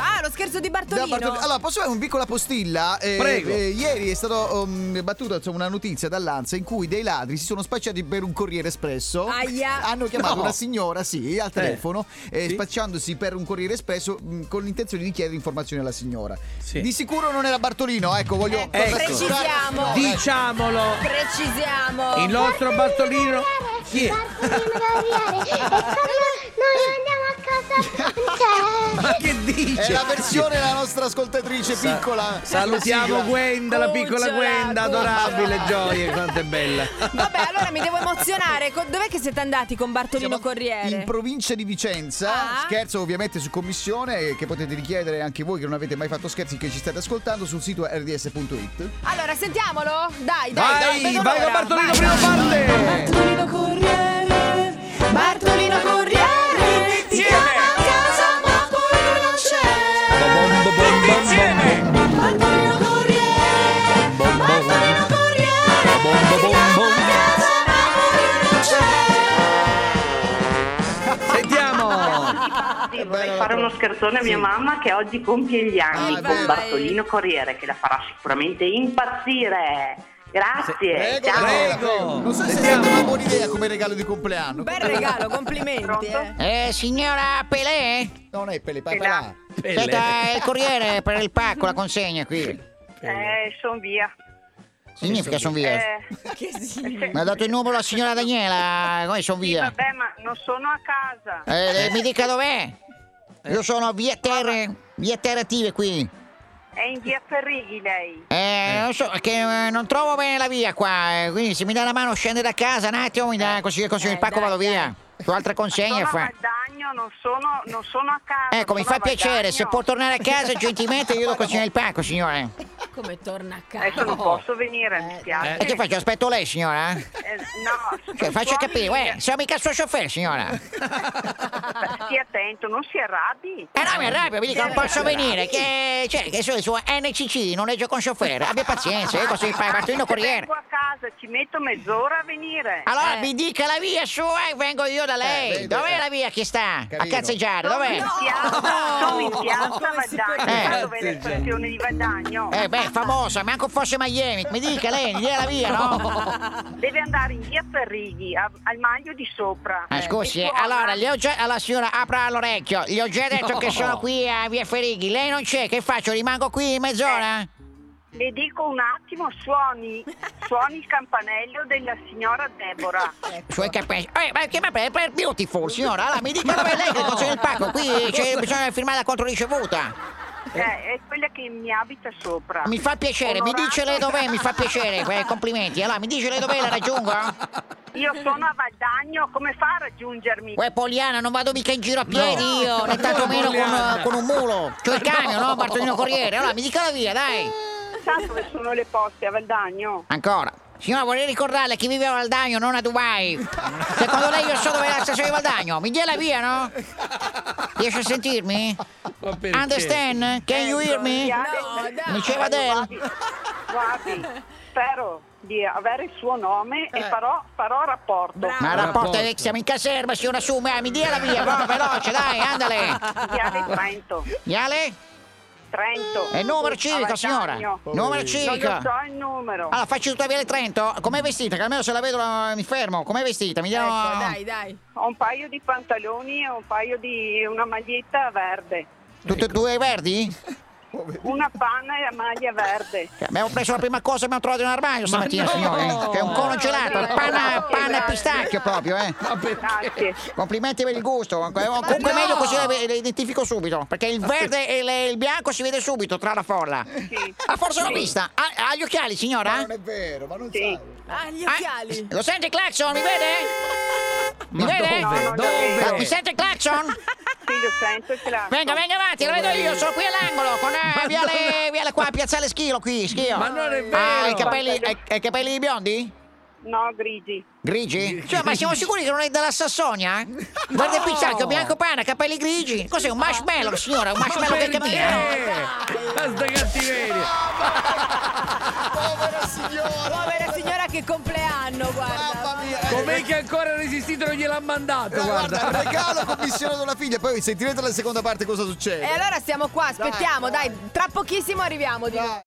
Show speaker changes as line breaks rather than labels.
Ah, lo scherzo di
Da
Bartolino.
Bartol- Allora, posso fare una piccola postilla? Eh,
Prego.
eh, ieri è stata battuta insomma, una notizia dall'Anza in cui dei ladri si sono spacciati per un corriere espresso.
Aia.
Hanno chiamato
No.
una signora, sì, al telefono, eh,
Sì.
spacciandosi per un corriere espresso mh, con l'intenzione di chiedere informazioni alla signora.
Sì.
Di sicuro non era Bartolino, ecco, voglio.
Ecco,
precisare-
precisiamo.
No, ecco.
Diciamolo,
Precisiamo.
il nostro Bartolino. Chi è?
Bartolino Roviere. E quando noi andiamo a casa
Ma che dice?
È la versione della nostra ascoltatrice
Sa-
piccola.
Salutiamo
Sigla.
Gwenda, la piccola
Cucciola,
Gwenda, adorabile,
cucciola.
gioie, quanto è bella.
Vabbè, allora mi devo emozionare. Co- Dov'è che siete andati con Bartolino
Siamo
Corriere?
In provincia di Vicenza,
Ah.
scherzo ovviamente su commissione eh, che potete richiedere anche voi che non avete mai fatto scherzi che ci state ascoltando sul sito rds.it.
allora, sentiamolo. Dai, dai, dai,
Vai,
vedo
vai con
l'ora.
Bartolino,
Vai.
prima
Eh,
parte!
Bartolino Corriere, Bartolino Corriere, ti chiama a casa ma poi lui non c'è. Bartolino Corriere, Bartolino Corriere, ti chiama a casa ma poi lui non c'è.
Sentiamo!
Sì, vorrei fare uno scherzone a mia mamma che oggi compie gli anni
Ah,
con
vai.
Bartolino Corriere che la farà sicuramente impazzire. Grazie, ciao. Eh,
Prego!
Non so se è
Sentiamo.
una buona idea come regalo di compleanno.
Bel regalo, complimenti. Eh.
Eh, signora Pelé?
No, Non è per le
là.
papà.
Belle.
Aspetta, è il corriere per il pacco, la consegna qui.
Eh, sono via.
Significa sono via.
Eh.
Che significa?
Mi ha dato il numero la signora Daniela, come sono via?
vabbè, ma non sono a casa.
Eh, eh, mi dica dov'è? Io sono via Terre, via Terre Attive qui.
È in via Ferrighi lei.
Eh, non so, che eh, non trovo bene la via qua, eh, quindi se mi dà la mano scende da casa un attimo, mi dà così che consiglio
Eh,
il pacco,
dai,
vado via. Ho altre consegne
Sono
da
a
fare.
Valdagno, non sono, non sono a casa.
Ecco, mi
sono
fa
a
piacere,
Valdagno.
se può tornare a casa gentilmente io do consegnare il pacco, signore.
Come torna a
Adesso non
casa?
posso venire, mi spiace.
E Eh, che faccio? Aspetto lei, signora?
Eh, no,
Cioè, faccia
suoni-
capire, uè, sono mica il suo chauffeur, signora. Eh
Stia attento, non si arrabbi.
Ah, no, mi arrabbio, mi dico, non posso venire, che, cioè, che sono il suo NCC, noleggio con chauffeur. Abbia pazienza, io così fai partendo corriere.
Cioè, Vengo a casa, ci metto mezz'ora a venire.
Allora mi dica la via sua e Eh. vengo io da lei.
vedi,
Dov'è
eh.
la via che sta? A
Carino.
cazzeggiare, dov'è?
Sono in piazza, sono in piazza
Come si può
Valdagno,
dire?
sa dove è l'espressione di Valdagno.
Eh beh, famosa, manco fosse Miami. Mi dica lei, mi dia la via, no?
Deve andare in via Ferrighi, a- al maglio di sopra.
Ah, scusi,
E
eh,
suona.
allora, gli ho già, alla signora apra l'orecchio, gli ho già detto che sono qui a via Ferighi. Lei non c'è, che faccio? Rimango qui mezz'ora?
Le dico un attimo, suoni, suoni il campanello della signora Deborah.
Ecco.
Suoi capelli. Eh, ma che ma per, per beautiful, signora. Allora, mi dica dove è lei che consegna il pacco. Qui c'è, bisogna firmare la controricevuta.
Eh, è quella che mi abita sopra.
Mi fa piacere, mi dice lei dov'è, mi fa piacere. Eh, complimenti. Allora, mi dice lei dov'è, la raggiungo?
Io sono a Valdagno, come fa a raggiungermi?
Uè, Poliana, non vado mica in giro a piedi io, né
No,
tantomeno con,
Poliana.
con un mulo. C'ho il camion, no, Bartolino Corriere. Allora, mi dica la via, dai.
Sa dove sono le poste a Valdagno?
Ancora. Signora, vorrei ricordarle che vive a Valdagno, non a Dubai. Secondo lei io so dove è la stazione di Valdagno? Mi dia la via, no? Riesce a sentirmi?
Ma perché?
Understand? Can you hear me?
No, dai.
Diceva Del.
eh, Guardi, guardi, spero di avere il suo nome
Eh.
e farò, farò rapporto.
Bravo.
Ma il rapporto è che siamo in caserma, si una su, ma Ah, mi dia la via, va, veloce, dai, andale.
Chiave Trento.
Viale?
Trento.
È il Eh, numero civico,
Valdagno.
signora. Oh. Ah. Numero
Non
civico.
lo so il numero.
Allora, facci tutta Viale Trento. Com'è vestita? Che almeno se la vedo la- mi fermo. Com'è vestita? Mi dia
Ecco, dai, dai.
Ho un paio di pantaloni e un paio di una maglietta verde.
Tutte e due verdi?
Una panna e la maglia verde.
Cioè, Abbiamo preso la prima cosa che abbiamo trovato in armadio stamattina, signore. eh. Che è un cono gelato,
no,
panna,
no,
panna e
no.
pistacchio proprio, eh.
Grazie.
Complimenti per il gusto. eh, Comunque è
no!
meglio così le, le identifico subito. Perché il verde e le- il bianco si vede subito tra la folla.
Sì.
Ah, forse l'ho vista. Ha, ha gli occhiali,
Ah?
signora?
Non è vero, ma non
Sì.
sai.
Ah, gli
Ah,
occhiali.
lo sente il clacson? Mi vede? Mi vede?
No, non lo vedo.
Ah, Mi sente il clacson?
Sì, lo sento e ce l'ha.
Venga, venga avanti, lo vedo io, sono qui all'angolo, con eh, viale, viale qua, piazzale Schilo qui, Schio.
Ma non è vero.
Ah, i capelli, hai- hai i capelli biondi?
No, grigi.
Grigi? Cioè, ma siamo sicuri che non è della Sassonia? eh? Guarda il pistacchio, bianco pana, capelli grigi. Cos'è un marshmallow, signora? Un
Ma
marshmallow che
perché?
cammina?
Basta cattiveria.
Ah, Povera signora!
Povera signora che compleanno, guarda.
Mamma mia! eh,
Com'è che ancora ha resistito non gliel'ha mandato,
eh, guarda,
guarda.
il regalo commissionato alla figlia, poi sentirete la seconda parte cosa
E
succede.
allora siamo qua, aspettiamo, dai, tra pochissimo arriviamo di nuovo.